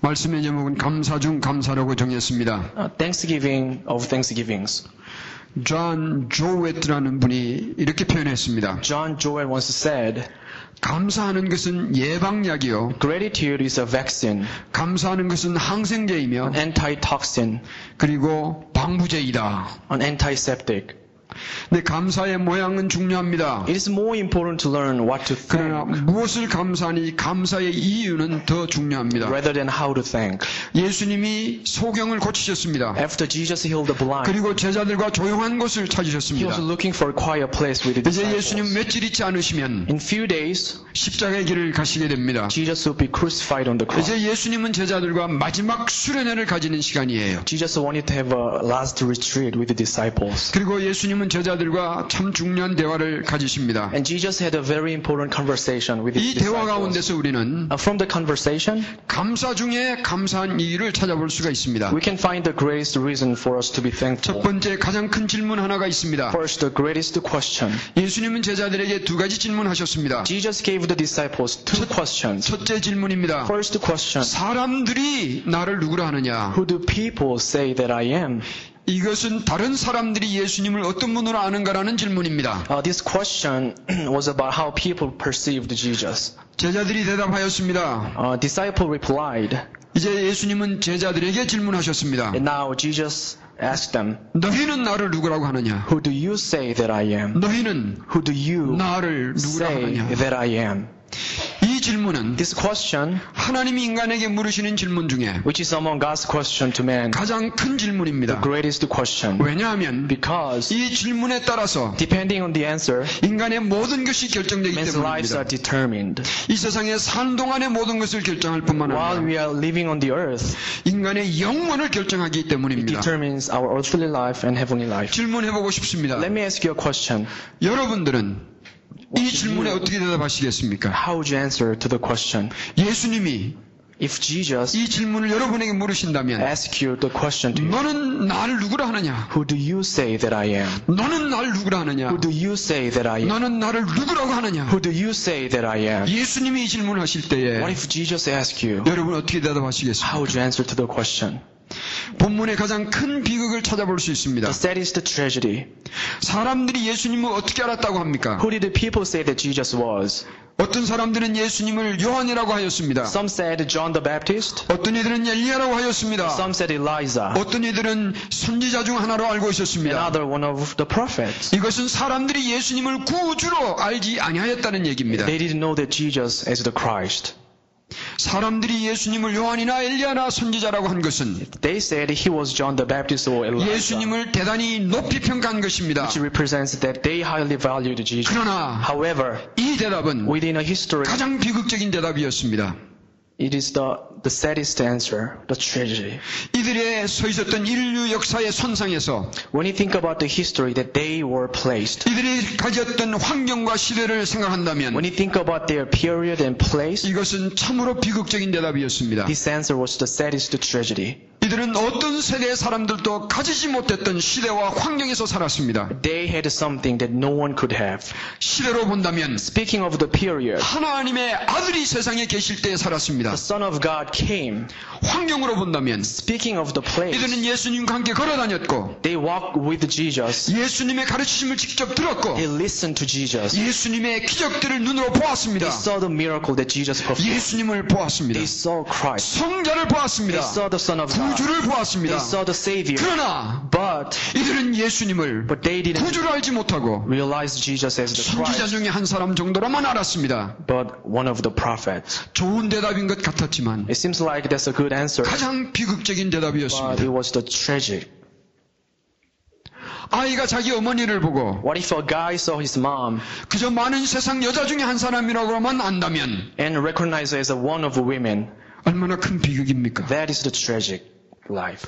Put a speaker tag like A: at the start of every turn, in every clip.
A: 말씀의 제목은 감사 중 감사라고 정했습니다.
B: Uh, Thanksgiving of Thanksgivings.
A: 존 조웨트라는 분이 이렇게 표현했습니다.
B: John Joel once said,
A: 감사하는 것은 예방약이요.
B: Gratitude is a vaccine,
A: 감사하는 것은 항생제이며
B: an antitoxin,
A: 그리고 방부제이다.
B: an antiseptic.
A: 근데 감사의 모양은 중요합니다.
B: It is more important to learn what to
A: 그러나
B: thank
A: 무엇을 감사하니 감사의 이유는 더 중요합니다.
B: rather than how to thank.
A: 예수님이 소경을 고치셨습니다.
B: After Jesus healed the blind,
A: 그리고 제자들과 조용한 곳을
B: he was
A: 찾으셨습니다.
B: looking for a quiet place with the
A: 이제 예수님
B: disciples.
A: 며칠 있지 않으시면
B: In few days,
A: 십자가의 길을 가시게 됩니다.
B: Jesus will be crucified on the cross.
A: 이제 예수님은 제자들과 마지막 수련회를 가지는 시간이에요.
B: Jesus wanted to have a last retreat with the disciples.
A: 그리고 예수님은 제자들과 참 중요한 대화를 가지십니다.
B: And Jesus had a very important conversation with
A: 이
B: his
A: 대화
B: disciples.
A: 가운데서 우리는
B: Uh, From the conversation,
A: 감사 중에 감사한 이유를 찾아볼 수가 있습니다.
B: we can find the greatest reason for us to be
A: 첫
B: thankful.
A: 번째 가장 큰 질문 하나가 있습니다.
B: First, the greatest question.
A: 예수님은 제자들에게 두 가지 질문하셨습니다.
B: Jesus gave the disciples two questions.
A: 첫째 질문입니다.
B: First question,
A: 사람들이 나를 누구라 하느냐?
B: who do people say that I am?
A: 이것은 다른 사람들이 예수님을 어떤 분으로 아는가라는 질문입니다.
B: Uh, this question was about how people perceived Jesus.
A: 제자들이 대답하였습니다.
B: Uh, disciple replied,
A: 이제 예수님은 제자들에게 질문하셨습니다.
B: and now Jesus asked them,
A: 너희는 나를 누구라고 하느냐?
B: Who do you say that I am?
A: 너희는
B: Who do you
A: 나를 누구라고
B: say
A: 하느냐?
B: that I am?
A: 이 질문은
B: This question,
A: 하나님이 인간에게 물으시는 질문 중에
B: which is among God's question to man,
A: 가장 큰 질문입니다.
B: greatest question.
A: 왜냐하면
B: Because
A: 이 질문에 따라서
B: depending on the answer,
A: 인간의 모든 것이 결정되기
B: man's
A: 때문입니다.
B: lives are determined.
A: 이 세상에 산 동안의 모든 것을 결정할 뿐만
B: While
A: 아니라
B: we are living on the earth,
A: 인간의 영원을 결정하기 때문입니다.
B: determines our earthly life and heavenly life.
A: 질문해보고 싶습니다.
B: Let me ask you a question.
A: 여러분들은 이 질문에 어떻게 대답하시겠습니까?
B: How would you answer to the question?
A: 예수님이
B: If Jesus
A: 이 질문을 여러분에게 물으신다면
B: asked you the question to you,
A: 너는 나를 누구라 하느냐?
B: who do you say that I am?
A: 너는 나를 누구라 하느냐?
B: Who do you say that I am?
A: 너는 나를 누구라고 하느냐?
B: Who do you say that I am?
A: 예수님이 이 질문하실 때에
B: What if Jesus asked you,
A: 여러분 어떻게 대답하시겠습니까?
B: how would you answer to the question?
A: 본문의 가장 큰 비극을 찾아볼 수 있습니다.
B: The saddest tragedy.
A: 사람들이 예수님을 어떻게 알았다고 합니까?
B: Who did the people say that Jesus was?
A: 어떤 사람들은 예수님을 요한이라고 하였습니다.
B: Some said John the Baptist.
A: 어떤 이들은 엘리야라고 하였습니다.
B: Some said Elijah.
A: 어떤 이들은 선지자 중 하나로 알고 있었습니다.
B: Another one of the prophets.
A: 이것은 사람들이 예수님을 구주로 알지 아니하였다는 얘기입니다.
B: They didn't know that Jesus is the Christ.
A: 사람들이 예수님을 요한이나 엘리야나 선지자라고 한 것은
B: They said he was John the Baptist or Elijah.
A: 예수님을 대단히 높이 평가한 것입니다.
B: Which represents that they highly valued Jesus.
A: 그러나
B: However,
A: 이 대답은
B: within a history,
A: 가장 비극적인 대답이었습니다.
B: it is the, the saddest answer, the tragedy.
A: 이들의 서 있었던 인류 역사의 선상에서
B: When you think about the history that they were placed,
A: 이들이 가졌던 환경과 시대를
B: when
A: 생각한다면
B: you think about their period and place,
A: 이것은 참으로 비극적인 대답이었습니다.
B: this answer was the saddest tragedy.
A: 이들은 어떤 세대의 사람들도 가지지 못했던 시대와 환경에서 살았습니다.
B: They had something that no one could have.
A: 시대로 본다면
B: Speaking of the period,
A: 하나님의 아들이 세상에 계실 때에 살았습니다.
B: the Son of God came.
A: 환경으로 본다면
B: Speaking of the place,
A: 이들은 예수님과 함께 걸어 다녔고
B: they walked with Jesus.
A: 예수님의 가르치심을 직접 들었고
B: They listened to Jesus.
A: 예수님의 기적들을 눈으로 보았습니다.
B: They saw the miracle that Jesus performed.
A: 예수님을 보았습니다.
B: They saw Christ.
A: 성자를
B: They
A: 보았습니다.
B: saw the Son of God.
A: 구주를 보았습니다.
B: They saw the Savior.
A: 그러나
B: But,
A: 이들은 예수님을
B: but they didn't
A: 구주를 알지 못하고
B: realize Jesus as the
A: 선지자
B: Christ,
A: 중에 한 사람 정도로만 알았습니다.
B: but one of the prophets.
A: 좋은 대답인 것 같았지만
B: It seems like that's a good answer,
A: 가장 비극적인
B: but
A: 대답이었습니다.
B: it was the tragic.
A: 아이가 자기 어머니를 보고
B: What if a guy saw his mom
A: 그저 많은 세상 여자 중에 한 사람이라고만 안다면
B: and recognized her as one of women?
A: 얼마나 큰 비극입니까?
B: That is the tragic life.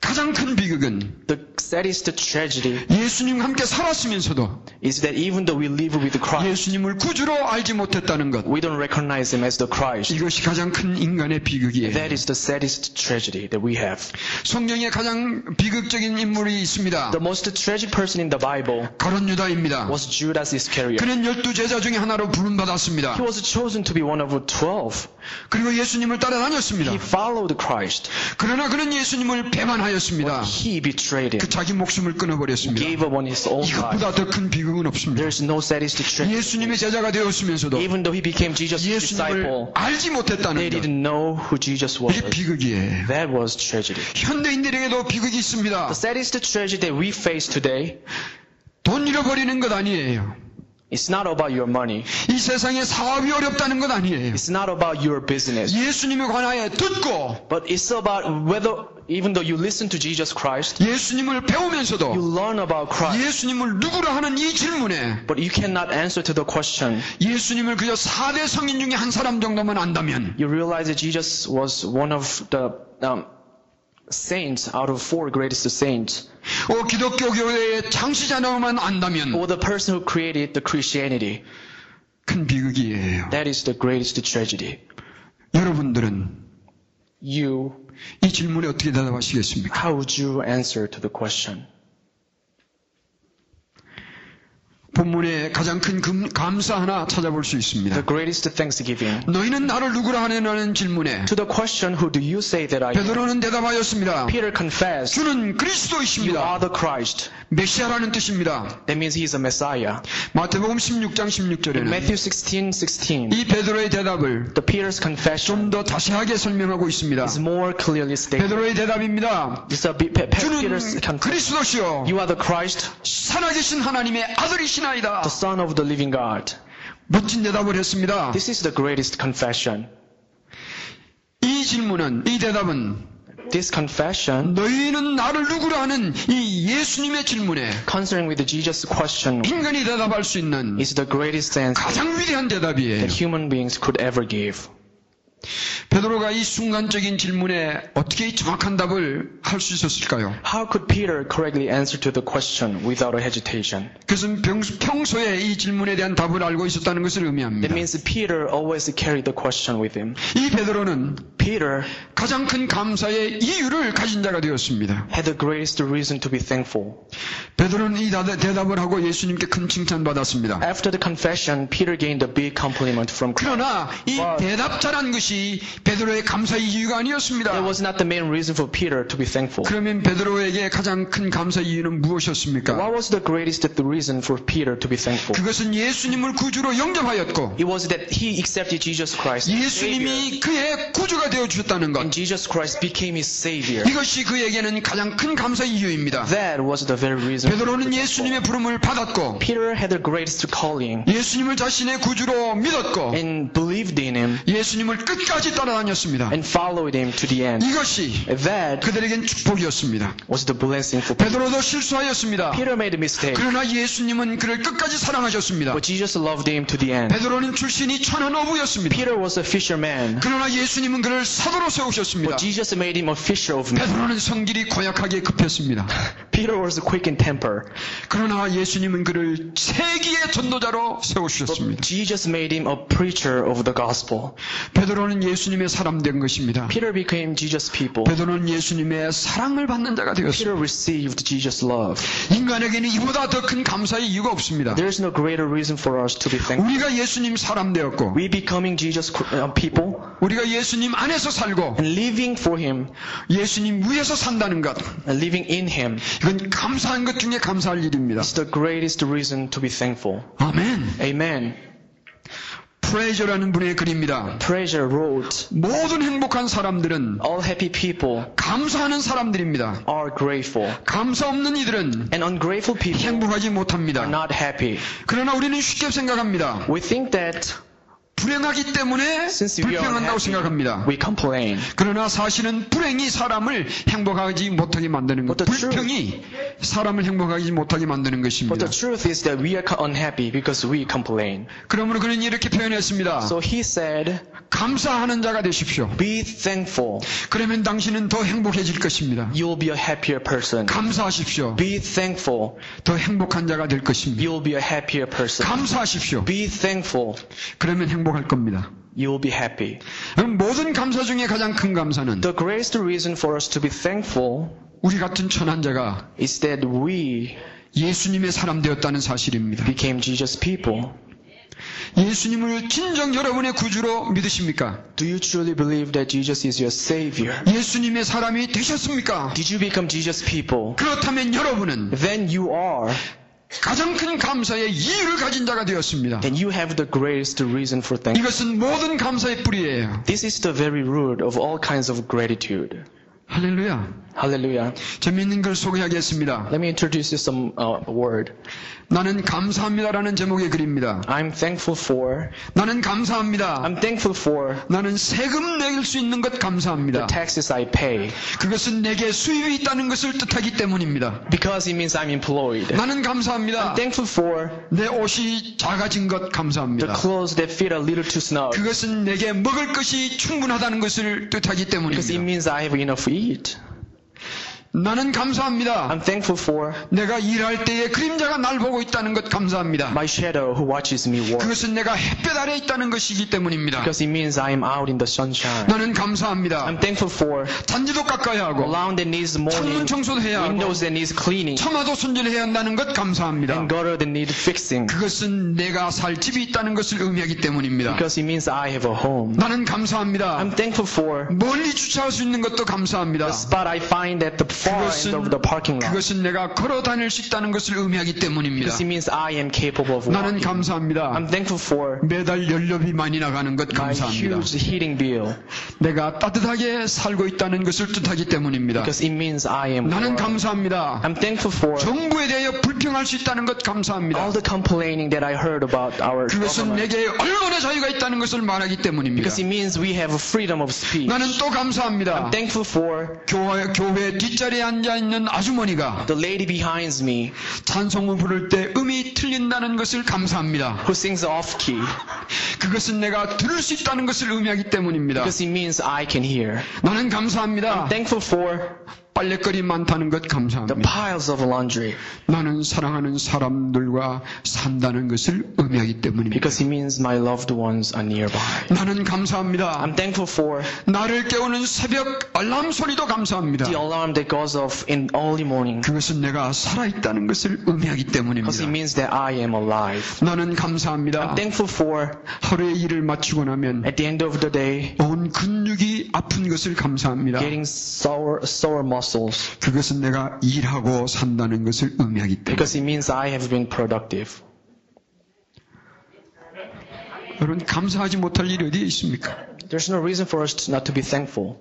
A: 가장 큰 비극은
B: The saddest tragedy
A: 예수님과 함께 살았으면서도
B: is that even though we live with Christ,
A: 예수님을 구주로 알지 못했다는 것.
B: we don't recognize him as the Christ.
A: 이것이 가장 큰 인간의 비극이에요.
B: That is the saddest tragedy that we have.
A: 성경에 가장 비극적인 인물이 있습니다.
B: The most tragic person in the Bible
A: 가론 유다입니다.
B: was Judas Iscariot.
A: 그는 열두 제자 중에 하나로
B: He
A: 부름받았습니다.
B: was chosen to be one of the twelve.
A: 그리고 예수님을 따라다녔습니다.
B: He followed Christ.
A: 그러나 그는 예수님을 배반하였습니다.
B: He betrayed him.
A: 그 자기 목숨을 끊어버렸습니다.
B: Gave up on his own life.
A: 이것보다 더 큰 비극은 없습니다.
B: There is no satisfaction.
A: 예수님의 제자가 되었으면서도
B: Even though he became Jesus'
A: 예수님을
B: disciple,
A: 알지
B: they
A: 못했다는 것.
B: didn't know who Jesus was.
A: 이게 비극이에요.
B: That was tragedy.
A: 현대인들에게도 비극이 있습니다.
B: The saddest tragedy that we face today
A: 돈 잃어버리는 것 아니에요.
B: is not about your money.
A: 이 세상에 사업이 어렵다는 것 아니에요.
B: It's not about your business.
A: 예수님에 관하여 듣고
B: But it's about whether, even though you listen to Jesus Christ,
A: 예수님을
B: you
A: 배우면서도
B: learn about Christ.
A: 예수님을 누구라 하는 이 질문에
B: But you cannot answer to the question.
A: 예수님을 그저 4대 성인 중에 한 사람 정도만 안다면
B: You realize that Jesus was one of the um, saints out of four greatest saints,
A: 어, 기독교 교회의 창시자로만 안다면
B: or the person who created the Christianity.
A: 큰 비극이에요.
B: That is the greatest tragedy.
A: 여러분들은
B: You,
A: 이 질문에 어떻게 대답하시겠습니까?
B: how would you answer to the question?
A: 본문에 가장 큰 금- 감사 하나 찾아볼 수
B: The
A: 있습니다.
B: greatest thanksgiving.
A: 너희는 나를 누구라 하느냐는 질문에
B: To the question, who do you say that I am?
A: 베드로는 대답하였습니다.
B: Peter confessed,
A: 주는
B: you
A: 그리스도이십니다.
B: are the Christ.
A: 메시아라는 뜻입니다.
B: That means he is a Messiah.
A: 마태복음 16장 16절에는
B: Matthew 16, 16.
A: 이 베드로의 대답을
B: The Peter's
A: 좀
B: confession
A: 더 자세하게 설명하고 있습니다.
B: is more clearly stated.
A: 베드로의 대답입니다.
B: It's a Pe- Pe- Peter's
A: 주는
B: confession.
A: 그리스도시요
B: You are the Christ,
A: 살아계신 하나님의 아들이시나이다.
B: the Son of the living God.
A: 멋진 대답을 했습니다.
B: This is the greatest confession.
A: 이 질문은 이 대답은
B: This confession,
A: 너희는 나를 누구라 하는 이 예수님의 질문에
B: concerning with the Jesus question,
A: 인간이 대답할 수 있는
B: is the greatest answer
A: 가장 위대한 대답이에요.
B: that human beings could ever give.
A: 베드로가 이 순간적인 질문에 어떻게 이 정확한 답을 할 수 있었을까요?
B: How could Peter correctly answer to the question without a hesitation?
A: 그것은 병- 평소에 이 질문에 대한 답을 알고 있었다는 것을
B: That
A: 의미합니다.
B: means Peter always carried the question with him.
A: 이 베드로는
B: Peter
A: 가장 큰 감사의 이유를 가진 자가 되었습니다.
B: had the greatest reason to be thankful.
A: 베드로는 이 다- 대답을 하고 예수님께 큰 칭찬받았습니다.
B: After the confession, Peter gained a big compliment from Christ.
A: 그러나 이 대답자란 것이 베드로의 감사의 이유가
B: That
A: 아니었습니다.
B: was not the main reason for Peter to be thankful.
A: 그러면 베드로에게 가장 큰 감사의 iyi는 무엇이었습니까?
B: What was the greatest reason for Peter to be thankful?
A: 그것은 예수님을 구주로 영접하였고
B: It was that he accepted Jesus Christ. as Savior.
A: 예수님이 예. 그의 구주가 되어 주셨다는 것.
B: And Jesus Christ became his Savior.
A: 이것이 그에게는 가장 큰 감사의 이유입니다.
B: That was the very reason.
A: 베드로는 예수님의 부름을 받았고
B: Peter had the greatest calling
A: 예수님을 자신의 구주로 믿었고
B: and believed in him
A: 예수님을 끝까지 따라다녔습니다.
B: and followed him to the end.
A: 이것이
B: That
A: 그들에겐 축복이었습니다.
B: was the blessing for Peter.
A: 베드로도 실수하였습니다.
B: Peter made a mistake,
A: 그러나 예수님은 그를 끝까지 사랑하셨습니다.
B: but Jesus loved him to the end.
A: 베드로는 출신이 천한 어부였습니다.
B: Peter was a fisherman,
A: 그러나 예수님은 그를 사도로 세우셨습니다.
B: but Jesus made him a fisher of men.
A: 베드로는 성질이 고약하게 급했습니다.
B: Peter was quick in temper,
A: 그러나 예수님은 그를 세기의 전도자로 세우셨습니다.
B: Jesus made him a preacher of the gospel.
A: 베드로는 예수님의 사람 된 것입니다.
B: Peter became Jesus' people.
A: 베드로는 예수님의 사랑을 받는 자가 되었습니다.
B: Peter received Jesus' love.
A: 인간에게는 이보다 더 큰 감사의 이유가 없습니다.
B: There is no greater reason for us to be thankful.
A: 우리가 예수님 사람 되었고
B: We becoming Jesus uh, people
A: 우리가 예수님 안에서 살고
B: and living for Him
A: 예수님 위에서 산다는 것
B: and living in Him
A: 이건 감사한 것 중에 감사할 일입니다.
B: is the greatest reason to be thankful.
A: 아멘.
B: Amen.
A: 프레저라는 분의 글입니다.
B: Treasure wrote,
A: 모든 행복한 사람들은
B: all happy people
A: 감사하는 사람들입니다.
B: are grateful
A: 감사 없는 이들은
B: and ungrateful people
A: 행복하지
B: are
A: 못합니다.
B: not happy.
A: 그러나 우리는 쉽게 생각합니다.
B: We think that
A: 불행하기 때문에
B: Since we are
A: 불평한다고
B: unhappy.
A: 생각합니다.
B: we complain,
A: 그러나 사실은 불행이 사람을 행복하지 못하게 만드는 것,
B: But the truth-
A: 불평이 사람을 행복하지 못하게 만드는
B: but
A: 것입니다.
B: the truth is that we are co- unhappy because we complain.
A: 그러므로 그는 이렇게 표현했습니다.
B: So He said,
A: 감사하는 자가 되십시오.
B: "Be thankful.
A: 그러면 당신은 더 행복해질 것입니다.
B: You'll be a happier person.
A: 감사하십시오.
B: Be thankful.
A: 더 행복한 자가 될 것입니다.
B: You'll be a happier person."
A: 감사하십시오.
B: Be thankful.
A: 그러면 행복할 겁니다.
B: You will be happy.
A: 그럼 모든 감사 중에 가장 큰 감사는
B: The greatest reason for us to be thankful
A: 우리 같은 천한자가
B: is that we
A: 예수님의 사람 되었다는 사실입니다.
B: became Jesus' people.
A: 예수님을 진정 여러분의 구주로 믿으십니까?
B: Do you truly believe that Jesus is your Savior?
A: 예수님의 사람이 되셨습니까?
B: Did you become Jesus' people?
A: 그렇다면 여러분은
B: Then you are.
A: 가장 큰 감사의 이유를 가진 자가 되었습니다.
B: Then you have the greatest reason for thanks.
A: 이것은 모든 감사의 뿌리예요.
B: This is the very root of all kinds of gratitude.
A: 할렐루야.
B: Hallelujah.
A: 재미있는 글 소개하겠습니다.
B: Let me introduce you some uh, word.
A: 나는 감사합니다라는 제목의 글입니다.
B: I'm thankful for.
A: 나는 감사합니다.
B: I'm thankful for
A: 나는 세금 낼 수 있는 것
B: the
A: 감사합니다.
B: taxes I pay
A: 그것은 내게 수입이 있다는 것을 뜻하기 때문입니다.
B: because it means I'm employed.
A: 나는 감사합니다.
B: Thankful for
A: 내 옷이 작아진 것
B: the
A: 감사합니다.
B: clothes that fit a little too snug
A: 그것은 내게 먹을 것이 충분하다는 것을 뜻하기
B: because it
A: 때문입니다.
B: means I have enough to eat.
A: 나는 감사합니다.
B: I'm thankful for
A: 내가 일할 때에 그림자가 날 보고 있다는 것 감사합니다.
B: my shadow who watches me work
A: 그것은 내가 햇볕 아래 있다는 것이기 때문입니다.
B: because it means I am out in the sunshine.
A: 나는 감사합니다.
B: I'm thankful for
A: 잔디도 깎아야
B: a
A: 하고
B: lawn that needs
A: 창문
B: morning,
A: 청소도 해야 하고
B: windows that needs cleaning,
A: 처마도 손질해야 한다는 것 감사합니다.
B: and gutter that need fixing
A: 그것은 내가 살 집이 있다는 것을 의미하기 때문입니다.
B: because it means I have a home.
A: 나는 감사합니다.
B: I'm thankful for
A: 멀리 주차할 수 있는 것도 감사합니다.
B: the spot I find at the far end of the parking lot.
A: 그것은 내가 걸어 다닐 수 있다는 것을 의미하기 때문입니다.
B: Because it means I am capable of
A: 나는
B: walking.
A: 감사합니다.
B: I'm thankful for
A: 매달 연료비 많이 나가는 것
B: my
A: 감사합니다.
B: huge heating bill.
A: 내가 따뜻하게 살고 있다는 것을 뜻하기 때문입니다.
B: Because it means I am
A: 나는
B: warm.
A: 감사합니다.
B: I'm thankful for
A: 정부에 대하여 불평할 수 있다는 것 감사합니다.
B: all the complaining that I heard about our
A: 그것은
B: government.
A: 내게 얼마나 자유가 있다는 것을 말하기 때문입니다.
B: Because it means we have freedom of speech.
A: 나는 또 감사합니다.
B: Thankful for
A: 교회, 교회 뒷자리에 앉아 있는 아주머니가
B: the lady behind me
A: 찬송을 부를 때 음이 틀린다는 것을 감사합니다.
B: who sings off key.
A: 그것은 내가 들을 수 있다는 것을 의미하기 때문입니다.
B: Because it means I can hear.
A: 나는 감사합니다.
B: Thankful for
A: 빨래거리 많다는 것
B: the
A: 감사합니다.
B: piles of laundry.
A: 나는 사랑하는 사람들과 산다는 것을 의미하기 때문입니다.
B: Because it means my loved ones are nearby.
A: 나는 감사합니다.
B: I'm thankful for
A: 나를 깨우는 새벽 알람 소리도 감사합니다.
B: the alarm that goes off in early morning
A: 그것은 내가 살아있다는 것을 의미하기
B: because it
A: 때문입니다.
B: means that I am alive.
A: 나는 감사합니다.
B: Thankful for
A: 하루의 일을 마치고 나면
B: at the end of the day
A: 온 근육이 아픈 것을 감사합니다.
B: getting sore sore muscles
A: 그것은 내가 일하고 산다는 것을 의미하기 때문에
B: because it means I have been productive.
A: 여러분 감사하지 못할 일이 어디에 있습니까?
B: There's no reason for us to not to be thankful.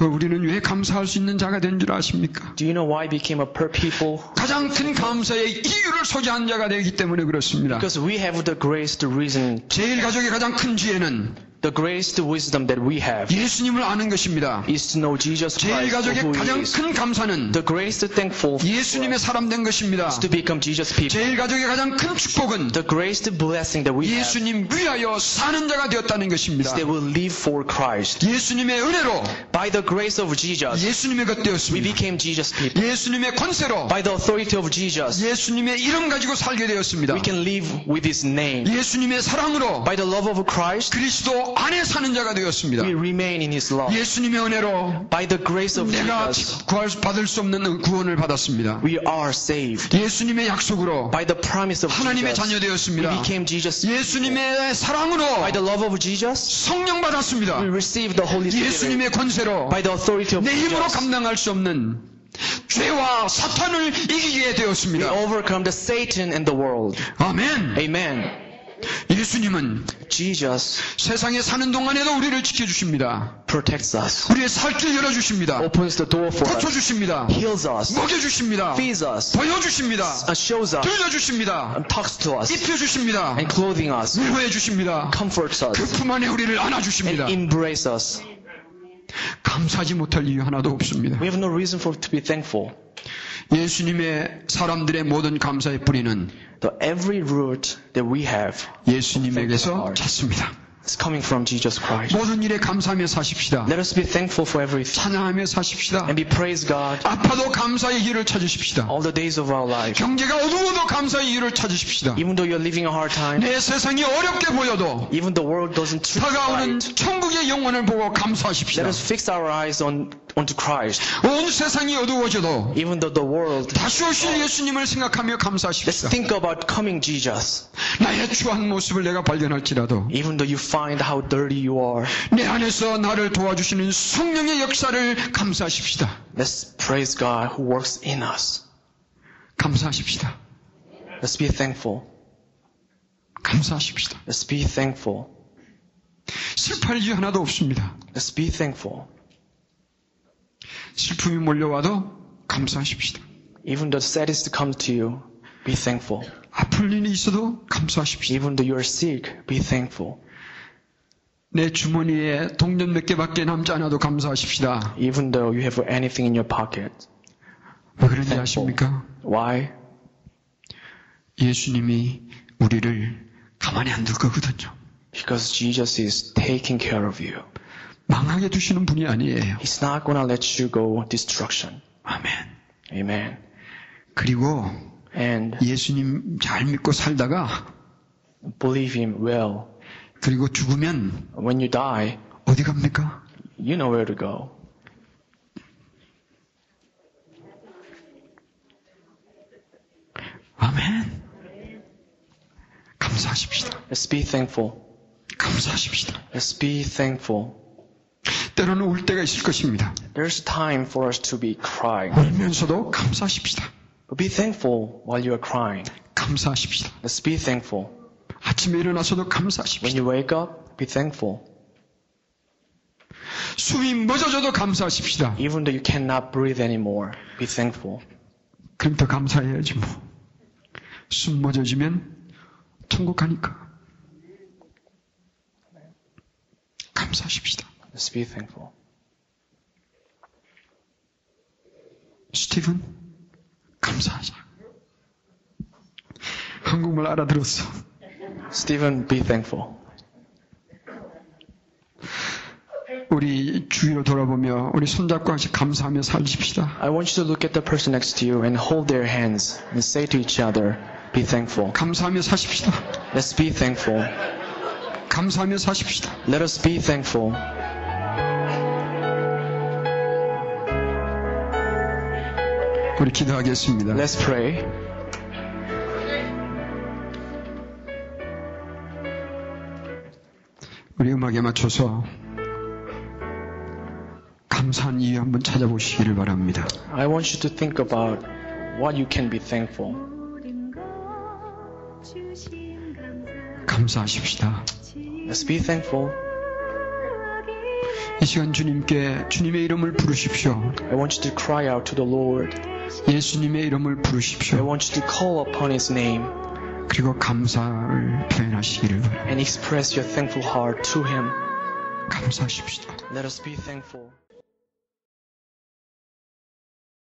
A: 어, 우리는 왜 감사할 수 있는 자가 된 줄 아십니까?
B: Do you know why I became a per people?
A: 가장 큰 감사의 이유를 소지한 자가 되기 때문에 그렇습니다.
B: Because we have the greatest reason,
A: 제일 가족의 가장 큰 지혜는
B: the greatest wisdom that we have
A: 예수님을 아는 것입니다.
B: is to know Jesus
A: 제일
B: Christ for
A: 가족의
B: who He
A: 가장
B: is.
A: 큰 감사는
B: The greatest thankful
A: 예수님의 사람 된 것입니다.
B: to become Jesus people.
A: 제일 가족의 가장 큰 축복은
B: The greatest blessing that we have
A: 예수님 위하여 사는 자가 되었다는 것입니다.
B: that will live for Christ.
A: 예수님의 은혜로
B: By the grace of Jesus,
A: 예수님의 것
B: we
A: 되었습니다.
B: became Jesus people.
A: 예수님의 권세로
B: By the authority of Jesus,
A: 예수님의 이름 가지고 살게 되었습니다.
B: we can live with His name.
A: 예수님의 사랑으로
B: By the love of Christ,
A: 그리스도 안에 사는 자가 되었습니다.
B: we remain in His love.
A: 예수님의 은혜로
B: By the grace of
A: 내가
B: Jesus,
A: 구할 수- 받을 수 없는 구원을 받았습니다.
B: we are saved.
A: 예수님의 약속으로
B: By the promise of
A: 하나님의
B: Jesus,
A: 자녀
B: we
A: 되었습니다.
B: became Jesus.
A: 예수님의
B: By the
A: 사랑으로
B: love of Jesus,
A: 성령 받았습니다.
B: we receive the Holy Spirit.
A: 예수님의 권세로
B: By the authority of
A: 내 힘으로
B: Jesus,
A: 감당할 수 없는 죄와 사탄을 이기게
B: we
A: 되었습니다.
B: overcome the Satan and the world.
A: 아멘.
B: Amen.
A: 예수님은
B: Jesus
A: 세상에 사는 동안에도 우리를 지켜주십니다.
B: protects us,
A: 우리의 살길 열어주십니다.
B: opens the door for us,
A: 고쳐주십니다.
B: heals us,
A: 먹여주십니다.
B: feeds us,
A: 보여주십니다.
B: uh, shows us,
A: 들려주십니다.
B: and talks to us,
A: 입혀주십니다.
B: and clothing us,
A: 위로해주십니다.
B: comforts
A: 그
B: us,
A: 품 안에 우리를
B: and
A: 안아주십니다.
B: embrace us.
A: 감사하지 못할 이유 하나도 없습니다.
B: We have no reason for to be thankful.
A: 예수님의 사람들의 모든 감사의 뿌리는
B: The every root that we have
A: 예수님에게서 찾습니다.
B: is coming from Jesus Christ.
A: 모든 일에 감사하며 사십시다.
B: Let us be thankful for everything
A: 찬양하며 사십시다.
B: and be praise God
A: 아파도 감사의 이유를 찾으십시다.
B: all the days of our life.
A: 경제가 어두워도 감사의 이유를 찾으십시다.
B: Even though you're living a hard time,
A: 내 세상이 어렵게 보여도
B: even the world doesn't treat you
A: 다가오는
B: right.
A: 천국의 영원을 보고
B: Let
A: 감사하십시다.
B: us fix our eyes on unto Christ.
A: 온 세상이 어두워져도
B: Even though the world,
A: 다시 오실 예수님을 생각하며
B: let's
A: 감사하십시오.
B: think about coming Jesus.
A: 나의 추한 모습을 내가 발견할지라도
B: Even though you find how dirty you are,
A: 내 안에서 나를 도와주시는 성령의 역사를 감사하십시다.
B: let's praise God who works in us.
A: 감사하십시다.
B: Let's be thankful.
A: 감사하십시다.
B: Let's be thankful.
A: 슬퍼할 일이 하나도 없습니다.
B: Let's be thankful.
A: 슬픔이 몰려와도 감사하십시다.
B: Even though saddest come to you, be thankful.
A: 아플 일이 있어도 감사하십시오.
B: Even though you are sick, be thankful.
A: 내 주머니에 동전 몇 개밖에 남지 않아도 감사하십시다.
B: Even though you have anything in your pocket.
A: 왜 그런지 아십니까?
B: Why?
A: 예수님이 우리를 가만히 안 둘 거거든요.
B: Because Jesus is taking care of you.
A: 망하게 두시는 분이 아니에요.
B: He's not gonna let you go destruction.
A: 아멘.
B: Amen.
A: 그리고
B: And
A: 예수님 잘 믿고 살다가
B: believe Him well.
A: 그리고 죽으면
B: When you die,
A: 어디 갑니까?
B: you know where to go.
A: 아멘. 감사하십시다.
B: Let's be thankful.
A: 감사하십시다.
B: Let's be thankful.
A: 때로는 울 때가 있을 것입니다.
B: There's time for us to be crying.
A: 울면서도 감사하십시다.
B: But be thankful while you are crying.
A: 감사하십시다.
B: Let's be thankful.
A: 아침에 일어나서도
B: When
A: 감사하십시오.
B: you wake up, be thankful.
A: 숨이 멎어져도 감사하십시다.
B: Even though you cannot breathe anymore, be thankful.
A: 그럼 더 감사해야지 뭐. 숨 멎어지면 천국 가니까. 감사하십시다.
B: Let's be thankful.
A: 스티븐, 감사하자. 한국말 알아들었어.
B: Stephen, be thankful.
A: 우리 주위로 돌아보며 우리 손잡고 같이 감사하며 살십시다.
B: I want you to look at the person next to you and hold their hands and say to each other, be thankful.
A: 감사하며 사십시다.
B: Let's be thankful.
A: 감사하며 사십시다.
B: Let us be thankful.
A: 우리 기도하겠습니다.
B: Let's pray.
A: 우리 음악에 맞춰서 감사한 이유 한번 찾아보시기를 바랍니다.
B: I want you to think about what you can be thankful.
C: 모든 것 주신 감사
A: 감사하십시다.
B: Let's be thankful.
A: 이 시간 주님께 주님의 이름을 부르십시오.
B: I want you to cry out to the Lord.
A: 예수님의 이름을
B: I
A: 부르십시오.
B: want you to call upon His name
A: 그리고 감사를 표현하시기를 바랍니다.
B: and express your thankful heart to Him.
A: 감사하십시다.
B: Let us be thankful.